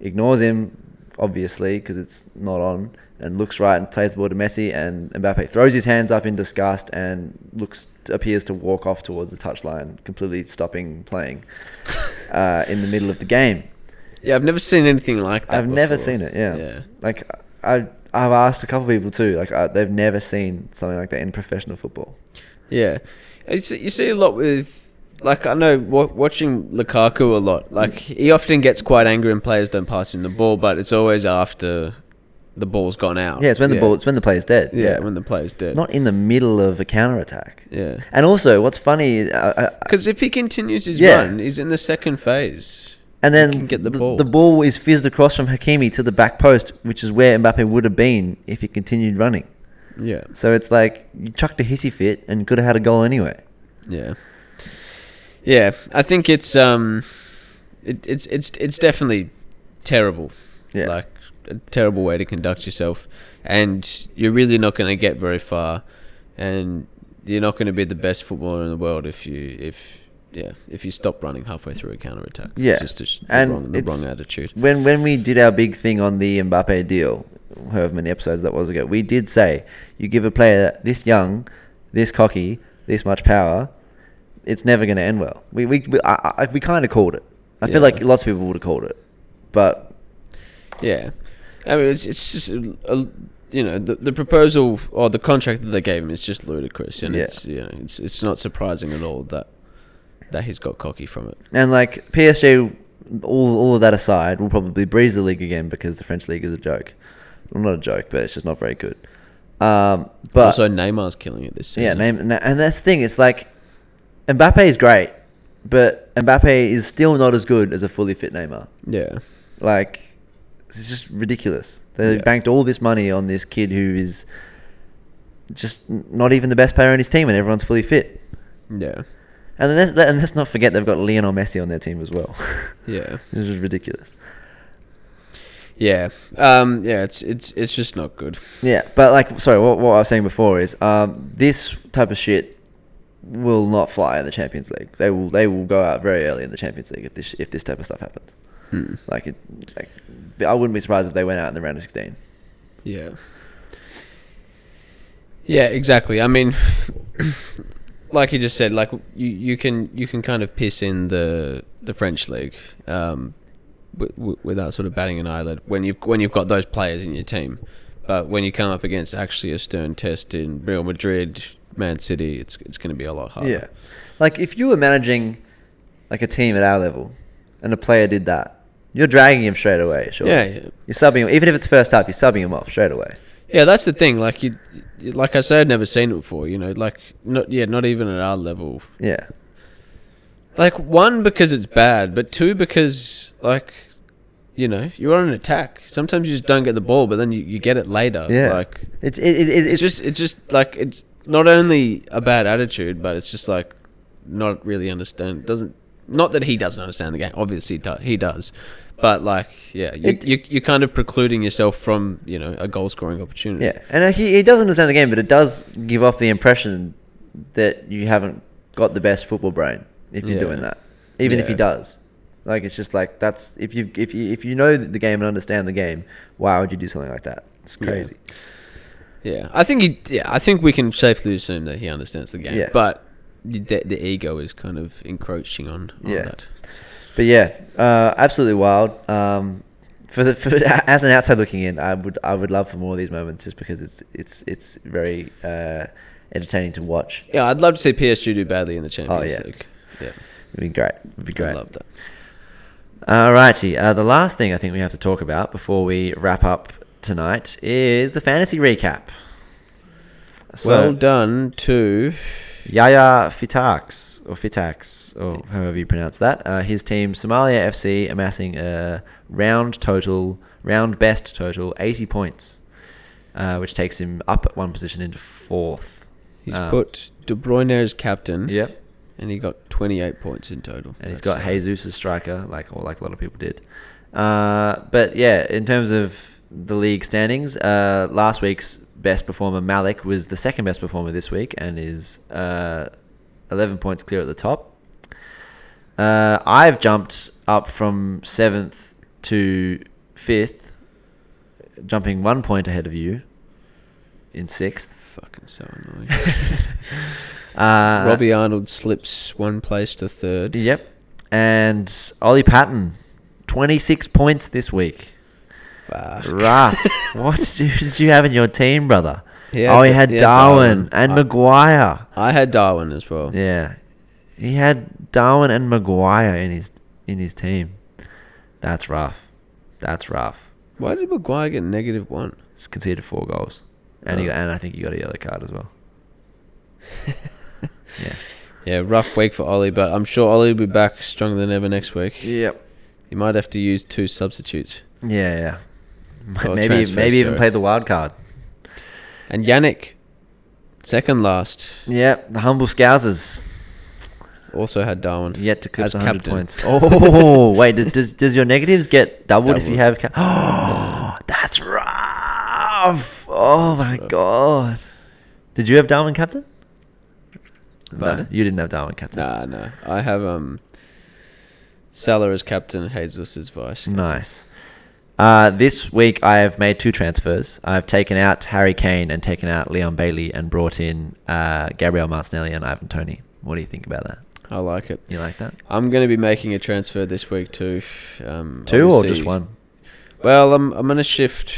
S3: ignores him, obviously, because it's not on, and looks right and plays the ball to Messi, and Mbappe throws his hands up in disgust and looks appears to walk off towards the touchline, completely stopping playing uh, in the middle of the game.
S4: Yeah, I've never seen anything like that.
S3: I've never
S4: before.
S3: seen it. Yeah.
S4: Yeah.
S3: Like I, I've asked a couple people too. Like I, they've never seen something like that in professional football.
S4: Yeah, it's, you see a lot with like I know wa watching Lukaku a lot. Like he often gets quite angry when players don't pass him the ball, but it's always after the ball's gone out.
S3: Yeah, it's when the ball, it's when the player's dead.
S4: Yeah, when the player's dead.
S3: not in the middle of a counter attack.
S4: Yeah.
S3: And also, what's funny, uh, uh,
S4: because if he continues his
S3: Yeah.
S4: run, he's in the second phase.
S3: and
S4: He
S3: then
S4: can get the
S3: th-
S4: ball.
S3: the ball is fizzed across from Hakimi to the back post, which is where Mbappe would have been if he continued running.
S4: Yeah,
S3: So it's like you chucked a hissy fit and could have had a goal anyway.
S4: yeah, yeah. I think it's um, it, it's it's it's definitely terrible.
S3: Yeah.
S4: like a terrible way to conduct yourself, and you're really not going to get very far, and you're not going to be the best footballer in the world if you if yeah if you stop running halfway through a counter attack.
S3: Yeah,
S4: it's just a, sh- the
S3: and
S4: wrong, the
S3: it's-
S4: wrong attitude.
S3: When when we did our big thing on the Mbappe deal, however many episodes that was ago, we did say you give a player this young, this cocky, this much power, it's never going to end well. We we we, I, I, we kind of called it. I
S4: Yeah.
S3: feel like lots of people would have called it, but
S4: Yeah, I mean it's it's just um, a, a- you know the the proposal or the contract that they gave him is just ludicrous, and
S3: Yeah.
S4: it's you know it's it's not surprising at all that that he's got cocky from it.
S3: and like PSG, all all of that aside, will probably breeze the league again because the French league is a joke. Well, not a joke, but it's just not very good. Um, but
S4: also, Neymar's killing it this season.
S3: Yeah, name, na- and that's the thing. It's like Mbappe is great, but Mbappe is still not as good as a fully fit Neymar.
S4: Yeah,
S3: Like, it's just ridiculous. They
S4: Yeah.
S3: banked all this money on this kid who is just n- not even the best player on his team, and everyone's fully fit.
S4: yeah,
S3: And then let's, and let's not forget they've got Lionel Messi on their team as well.
S4: yeah.
S3: this is ridiculous.
S4: Yeah, um, yeah, it's it's it's just not good.
S3: Yeah, but like, sorry, what, what I was saying before is um, this type of shit will not fly in the Champions League. They will they will go out very early in the Champions League if this if this type of stuff happens.
S4: Hmm.
S3: Like, it, like, I wouldn't be surprised if they went out in the round of sixteen.
S4: Yeah, yeah, exactly. I mean, like you just said, like you, you can you can kind of piss in the the French league um, w- w- without sort of batting an eyelid when you've when you've got those players in your team, but when you come up against actually a stern test in Real Madrid, Man City, it's it's going to be a lot harder.
S3: Yeah, like if you were managing like a team at our level, and a player did that, you're dragging him straight away. Sure.
S4: Yeah, yeah.
S3: You're subbing him, even if it's first half. You're subbing him off straight away.
S4: Yeah, that's the thing. Like you, you- like I said, I'd never seen it before. You know, like not yeah, not even at our level.
S3: Yeah.
S4: Like one because it's bad, but two because like, you know, you're on an attack. Sometimes you just don't get the ball, but then you, you get it later.
S3: Yeah.
S4: like
S3: it's it, it, it's,
S4: it's just it's just like it's not only a bad attitude, but it's just like not really understand. Doesn't not that he doesn't understand the game. Obviously, he do- he does. But like, yeah, you,
S3: It-
S4: you you're kind of precluding yourself from you know a goal scoring opportunity.
S3: Yeah, and uh, he, he does understand the game, but it does give off the impression that you haven't got the best football brain if you're
S4: Yeah.
S3: doing that, even if he
S4: Yeah.
S3: does. Like it's just like that's if you if you if you know the game and understand the game, why would you do something like that? It's
S4: Yeah.
S3: crazy.
S4: Yeah, I think he. Yeah, I think we can safely assume that he understands the game.
S3: Yeah.
S4: But the, the the ego is kind of encroaching on, on
S3: Yeah.
S4: that.
S3: But yeah, uh, absolutely wild. Um, for the for, as an outside looking in, I would I would love for more of these moments just because it's it's it's very uh, entertaining to watch.
S4: Yeah, I'd love to see PSG do badly in the Champions
S3: Oh, yeah.
S4: League. Yeah,
S3: It'd be great. It'd be great.
S4: I love that.
S3: Alrighty, uh, the last thing I think we have to talk about before we wrap up tonight is the fantasy recap. So,
S4: well done to.
S3: Yaya Fitax, or Fitax, or however you pronounce that, uh, his team Somalia FC amassing a round total, round best total, 80 points, uh, which takes him up one position into fourth.
S4: He's
S3: Um,
S4: put De Bruyne as captain.
S3: Yep.
S4: and he got 28 points in total.
S3: and he's
S4: That's,
S3: got
S4: uh,
S3: Jesus as striker, like or like a lot of people did. Uh, but yeah, in terms of the league standings, uh, last week's best performer Malik was the second best performer this week and is uh, eleven points clear at the top. Uh, I've jumped up from seventh to fifth, jumping one point ahead of you in sixth.
S4: Fucking so annoying.
S3: Uh,
S4: Robbie Arnold slips one place to third.
S3: Yep. And Ollie Patton, 26 points this week.
S4: Fuck.
S3: Wrath. what did you, did you have in your team, brother?
S4: Yeah,
S3: oh, he
S4: D-
S3: had
S4: yeah,
S3: Darwin,
S4: Darwin.
S3: and
S4: I-
S3: Maguire.
S4: I had Darwin as well.
S3: Yeah. He had Darwin and Maguire in his in his team. That's rough. That's rough.
S4: Why did Maguire get negative one?
S3: He's conceded four goals. And he,
S4: Oh.
S3: and I think he got a yellow card as well. Yeah.
S4: Yeah, rough week for Ollie, but I'm sure Ollie will be back stronger than ever next week.
S3: Yep.
S4: He might have to use two substitutes.
S3: Yeah, yeah.
S4: Or
S3: maybe
S4: transfers,
S3: maybe even
S4: sorry.
S3: play the wild card.
S4: And Yannick, second last,
S3: Yep, the humble scousers
S4: also had Darwin.
S3: yet to clip
S4: as
S3: 100
S4: captain.
S3: points. Oh, wait, does- does, does your negatives get doubled, if you have?
S4: Doubled.
S3: Ca- oh, that's rough. Oh my god, did you have Darwin captain? No,
S4: Pardon?
S3: you didn't have Darwin captain.
S4: Nah, no. I have um, Salah as captain, Jesus as vice.
S3: Mm. Nice. Uh, this week I have made two transfers. I've taken out Harry Kane and taken out Leon Bailey and brought in uh, Gabriel Martinelli and Ivan Tony. What do you think about that?
S4: I like it.
S3: You like that?
S4: I'm going to be making a transfer this week too. Um,
S3: Two or
S4: obviously-
S3: just one?
S4: Well, I'm I'm going to shift.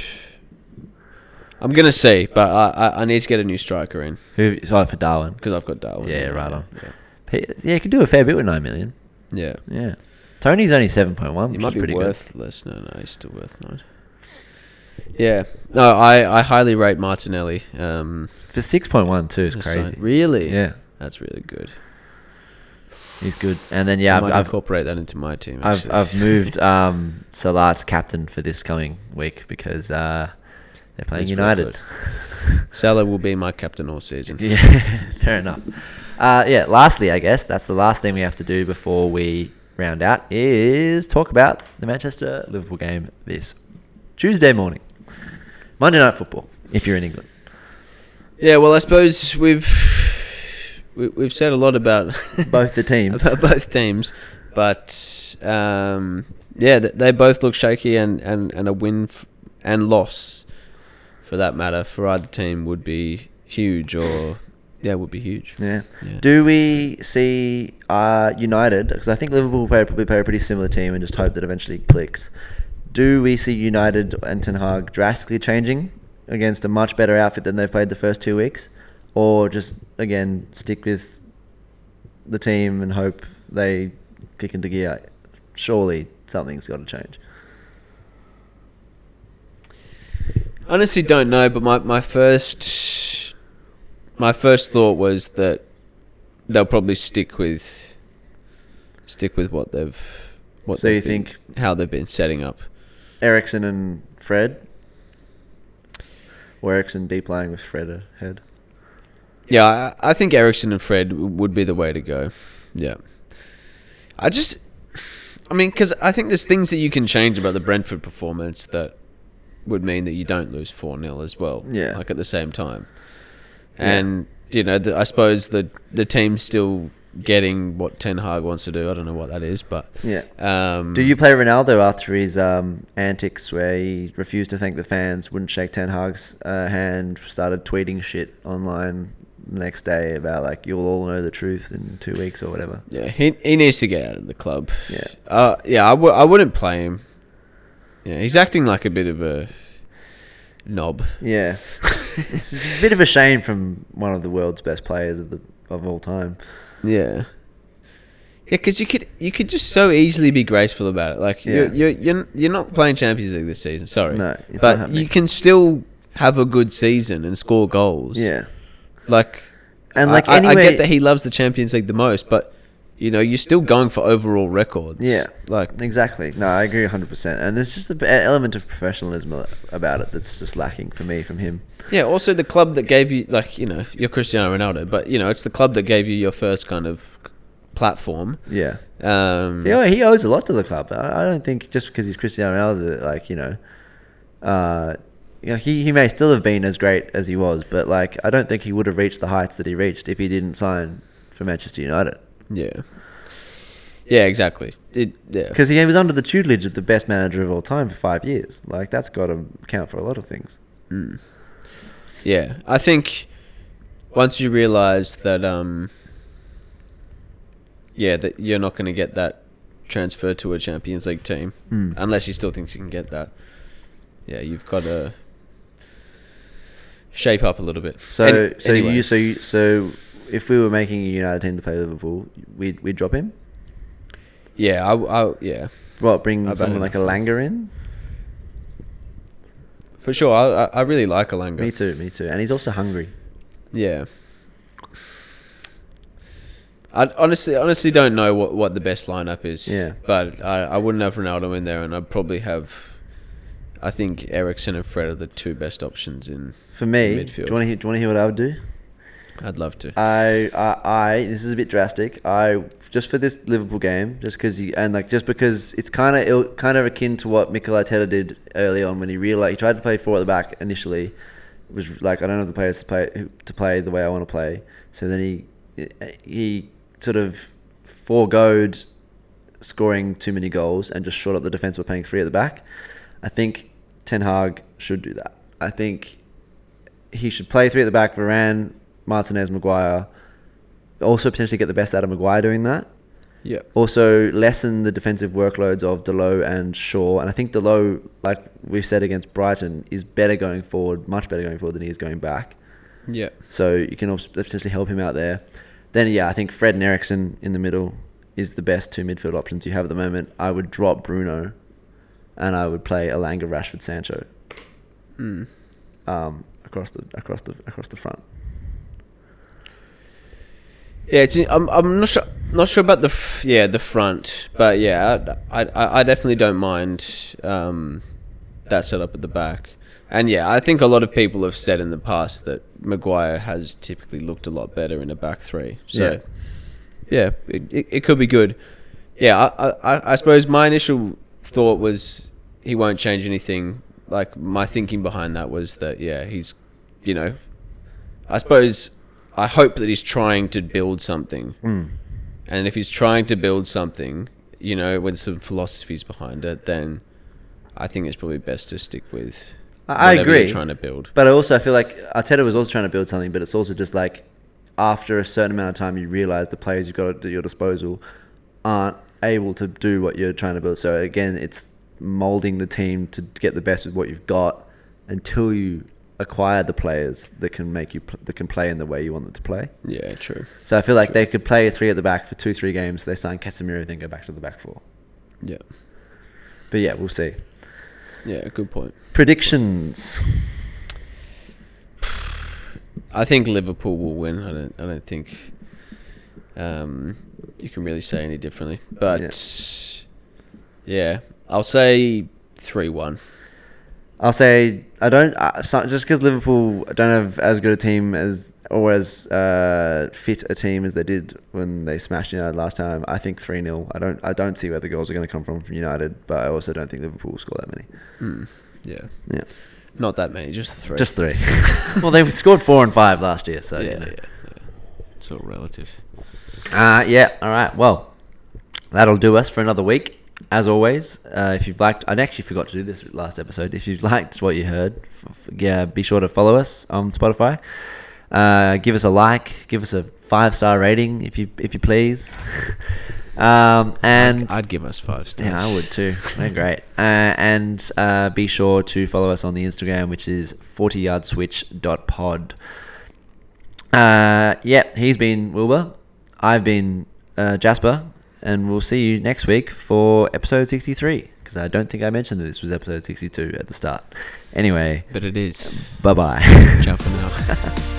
S4: I'm going to see, but I, I I need to get a new striker in
S3: Who? Sorry for Darwin.
S4: because I've got Darwin.
S3: Yeah, right on.
S4: Yeah,
S3: He- Yeah, he could do a fair bit with nine million.
S4: yeah.
S3: Yeah, Tony's only seven point one,
S4: It
S3: which
S4: might
S3: is
S4: be
S3: pretty
S4: worth less. No, no, he's still worth nine. Yeah, no, I, I highly rate Martinelli. Um,
S3: good for six point one too. It's
S4: as a
S3: crazy.
S4: sign- Really?
S3: Yeah,
S4: That's really good.
S3: he's good. And then yeah,
S4: Yeah, I
S3: I've
S4: might
S3: I've,
S4: incorporate that into my team.
S3: I've,
S4: actually.
S3: I've moved um, Salah to captain for this coming week because uh, they're playing
S4: That's real
S3: United.
S4: Salah will be my captain all season.
S3: yeah, fair enough. Uh, yeah. Lastly, I guess that's the last thing we have to do before we round out is talk about the Manchester Liverpool game this Tuesday morning, Monday Night Football. If you're in England.
S4: Yeah, well, I suppose we've we, we've said a lot about
S3: Both the teams.
S4: about both teams, but um, yeah, th- they both look shaky, and and and a win f- and loss, for that matter, for either team would be huge, or yeah, would be huge.
S3: Yeah.
S4: Yeah.
S3: Do we see uh, United? Because I think Liverpool will play, probably play a pretty similar team and just hope that eventually it clicks. Do we see United and Ten Hag drastically changing against a much better outfit than they've played the first two weeks, or just again stick with the team and hope they kick into gear? Surely something's got to change.
S4: Honestly, don't know, but my, my first my first thought was that they'll probably stick with stick with what they've what
S3: So you
S4: they've been-
S3: think-
S4: how they've been setting up.
S3: Ericsson and Fred, or Ericsson deep playing with Fred ahead.
S4: Yeah, I, I think Ericsson and Fred w- would be the way to go. Yeah, I just, I mean, because I think there's things that you can change about the Brentford performance that would mean that you don't lose four 0 as well.
S3: Yeah.
S4: like at the same time,
S3: Yeah.
S4: and you know, the, I suppose the the team's still getting what Ten Hag wants to do. I don't know what that is, but
S3: Yeah.
S4: um,
S3: Do you play Ronaldo after his um, antics where he refused to thank the fans, wouldn't shake Ten Hag's uh, hand, started tweeting shit online the next day about like you'll all know the truth in two weeks or whatever?
S4: Yeah, he he needs to get out of the club.
S3: Yeah.
S4: uh, yeah, I w- I wouldn't play him. Yeah, he's acting like a bit of a knob.
S3: Yeah, it's a bit of a shame from one of the world's best players of the of all time.
S4: Yeah. Yeah, because you could you could just so easily be graceful about it. Like
S3: Yeah.
S4: you're, you're you're you're not playing Champions League this season. Sorry,
S3: No, it's not
S4: but
S3: happening.
S4: you can still have a good season and score goals.
S3: Yeah,
S4: like
S3: and
S4: I-
S3: like
S4: I, I
S3: anyway,
S4: get that he loves the Champions League the most, but you know you're still going for overall records.
S3: Yeah.
S4: like
S3: Exactly. No, I agree 100%. And there's just the element of professionalism about it that's just lacking for me from him.
S4: Yeah, also the club that gave you like you know you're Cristiano Ronaldo, but you know it's the club that gave you your first kind of platform.
S3: Yeah.
S4: Um,
S3: He, owe- he owes a lot to the club. I, I don't think just because he's Cristiano Ronaldo, that, like you know, uh, you know, he he may still have been as great as he was, but like I don't think he would have reached the heights that he reached if he didn't sign for Manchester United.
S4: Yeah. Yeah, exactly. It, yeah.
S3: Because he was under the tutelage of the best manager of all time for five years. Like that's got to count for a lot of things.
S4: Yeah, I think once you realize that, um, yeah, that you're not going to get that transfer to a Champions League team
S3: Hmm.
S4: unless he still thinks you can get that. Yeah, you've got to shape up a little bit.
S3: So
S4: Any-
S3: so
S4: anyway,
S3: you so you, so if we were making a United team to play Liverpool, we'd we'd drop him.
S4: yeah, I, w- I w- yeah,
S3: What bring
S4: bet
S3: someone
S4: him.
S3: like a Langer in?
S4: for sure. I I I really like Alanga.
S3: Me too, me too. And he's also hungry.
S4: Yeah. I honestly, honestly don't know what, what the best lineup is.
S3: Yeah.
S4: But I, I wouldn't have Ronaldo in there, and I'd probably have. I think Ericsson and Fred are the two best options in.
S3: For me, do
S4: Midfield.
S3: you want to hear? Do you want to hear what I would do?
S4: I'd love
S3: Uh,
S4: to.
S3: I, I, I, this is a bit drastic. I just for this Liverpool game, just because you and like just because it's kind of ill, kind of akin to what Mikel Arteta did early on when he realized he tried to play four at the back initially. It was like I don't have the players to play who- to play the way I want to play. So then he he sort of foregoed scoring too many goals and just short up the defense by playing three at the back. I think Ten Hag should do that. I think he should play three at the back, Varane, Martinez, Maguire. Also potentially get the best out of Maguire doing that.
S4: yeah.
S3: Also lessen the defensive workloads of Delo and Shaw. And I think Delo, like we've said against Brighton, is better going forward, much better going forward than he is going back.
S4: Yeah.
S3: So you can also potentially help him out there. Then yeah, I think Fred and Ericsson in the middle is the best two midfield options you have at the moment. I would drop Bruno, and I would play Alanga, Rashford, Sancho. Um, across the across the across the front.
S4: Yeah, it's, I'm, I'm not sure, not sure about the f- yeah the front, but yeah, I, I, I definitely don't mind um, that setup at the back, and yeah, I think a lot of people have said in the past that Maguire has typically looked a lot better in a back three, so yeah, it, it, it could be good. Yeah, I, I- I, I suppose my initial thought was he won't change anything. Like my thinking behind that was that yeah, he's you know, I suppose I hope that he's trying to build something, and if he's trying to build something, you know, with some philosophies behind it, then I think it's probably best to stick with.
S3: I- I
S4: whatever
S3: agree.
S4: You're trying to build.
S3: But I also feel like Arteta was also trying to build something, but it's also just like after a certain amount of time, you realize the players you've got at your disposal aren't able to do what you're trying to build. So again, it's molding the team to get the best with what you've got until you acquire the players that can make you pl- that can play in the way you want them to play.
S4: Yeah, true.
S3: So I feel like they could play three at the back for two three games. They sign Casemiro, then go back to the back four.
S4: Yeah,
S3: But yeah, we'll see.
S4: yeah, good point.
S3: Predictions.
S4: I think Liverpool will win. I don't. I don't think um, you can really say any differently. But yeah, I'll say three one.
S3: I'll say I don't uh, so- just because Liverpool don't have as good a team as or as uh, fit a team as they did when they smashed United last time. I think three 0 I don't I don't see where the goals are going to come from from United, but I also don't think Liverpool will score that many.
S4: Hmm. Yeah,
S3: Yeah,
S4: not that many, just three.
S3: just three. well, they scored four and five last year, so
S4: yeah,
S3: yeah.
S4: yeah, yeah. It's all relative.
S3: Uh, yeah. All right. Well, that'll do us for another week. As always, uh, if you've liked, I actually forgot to do this last episode. If you've liked what you heard, f- f- yeah, be sure to follow us on Spotify. Uh, give us a like. Give us a five star rating, if you if you please. um, and
S4: I'd give us five stars.
S3: yeah, I would too. They're great. Uh, and uh, be sure to follow us on the Instagram, which is 40yardswitch.pod. Uh, yeah, he's been Wilbur. I've been uh, Jasper. And we'll see you next week for episode 63. Because I don't think I mentioned that this was episode 62 at the start. Anyway,
S4: But it is.
S3: bye bye.
S4: Ciao for now.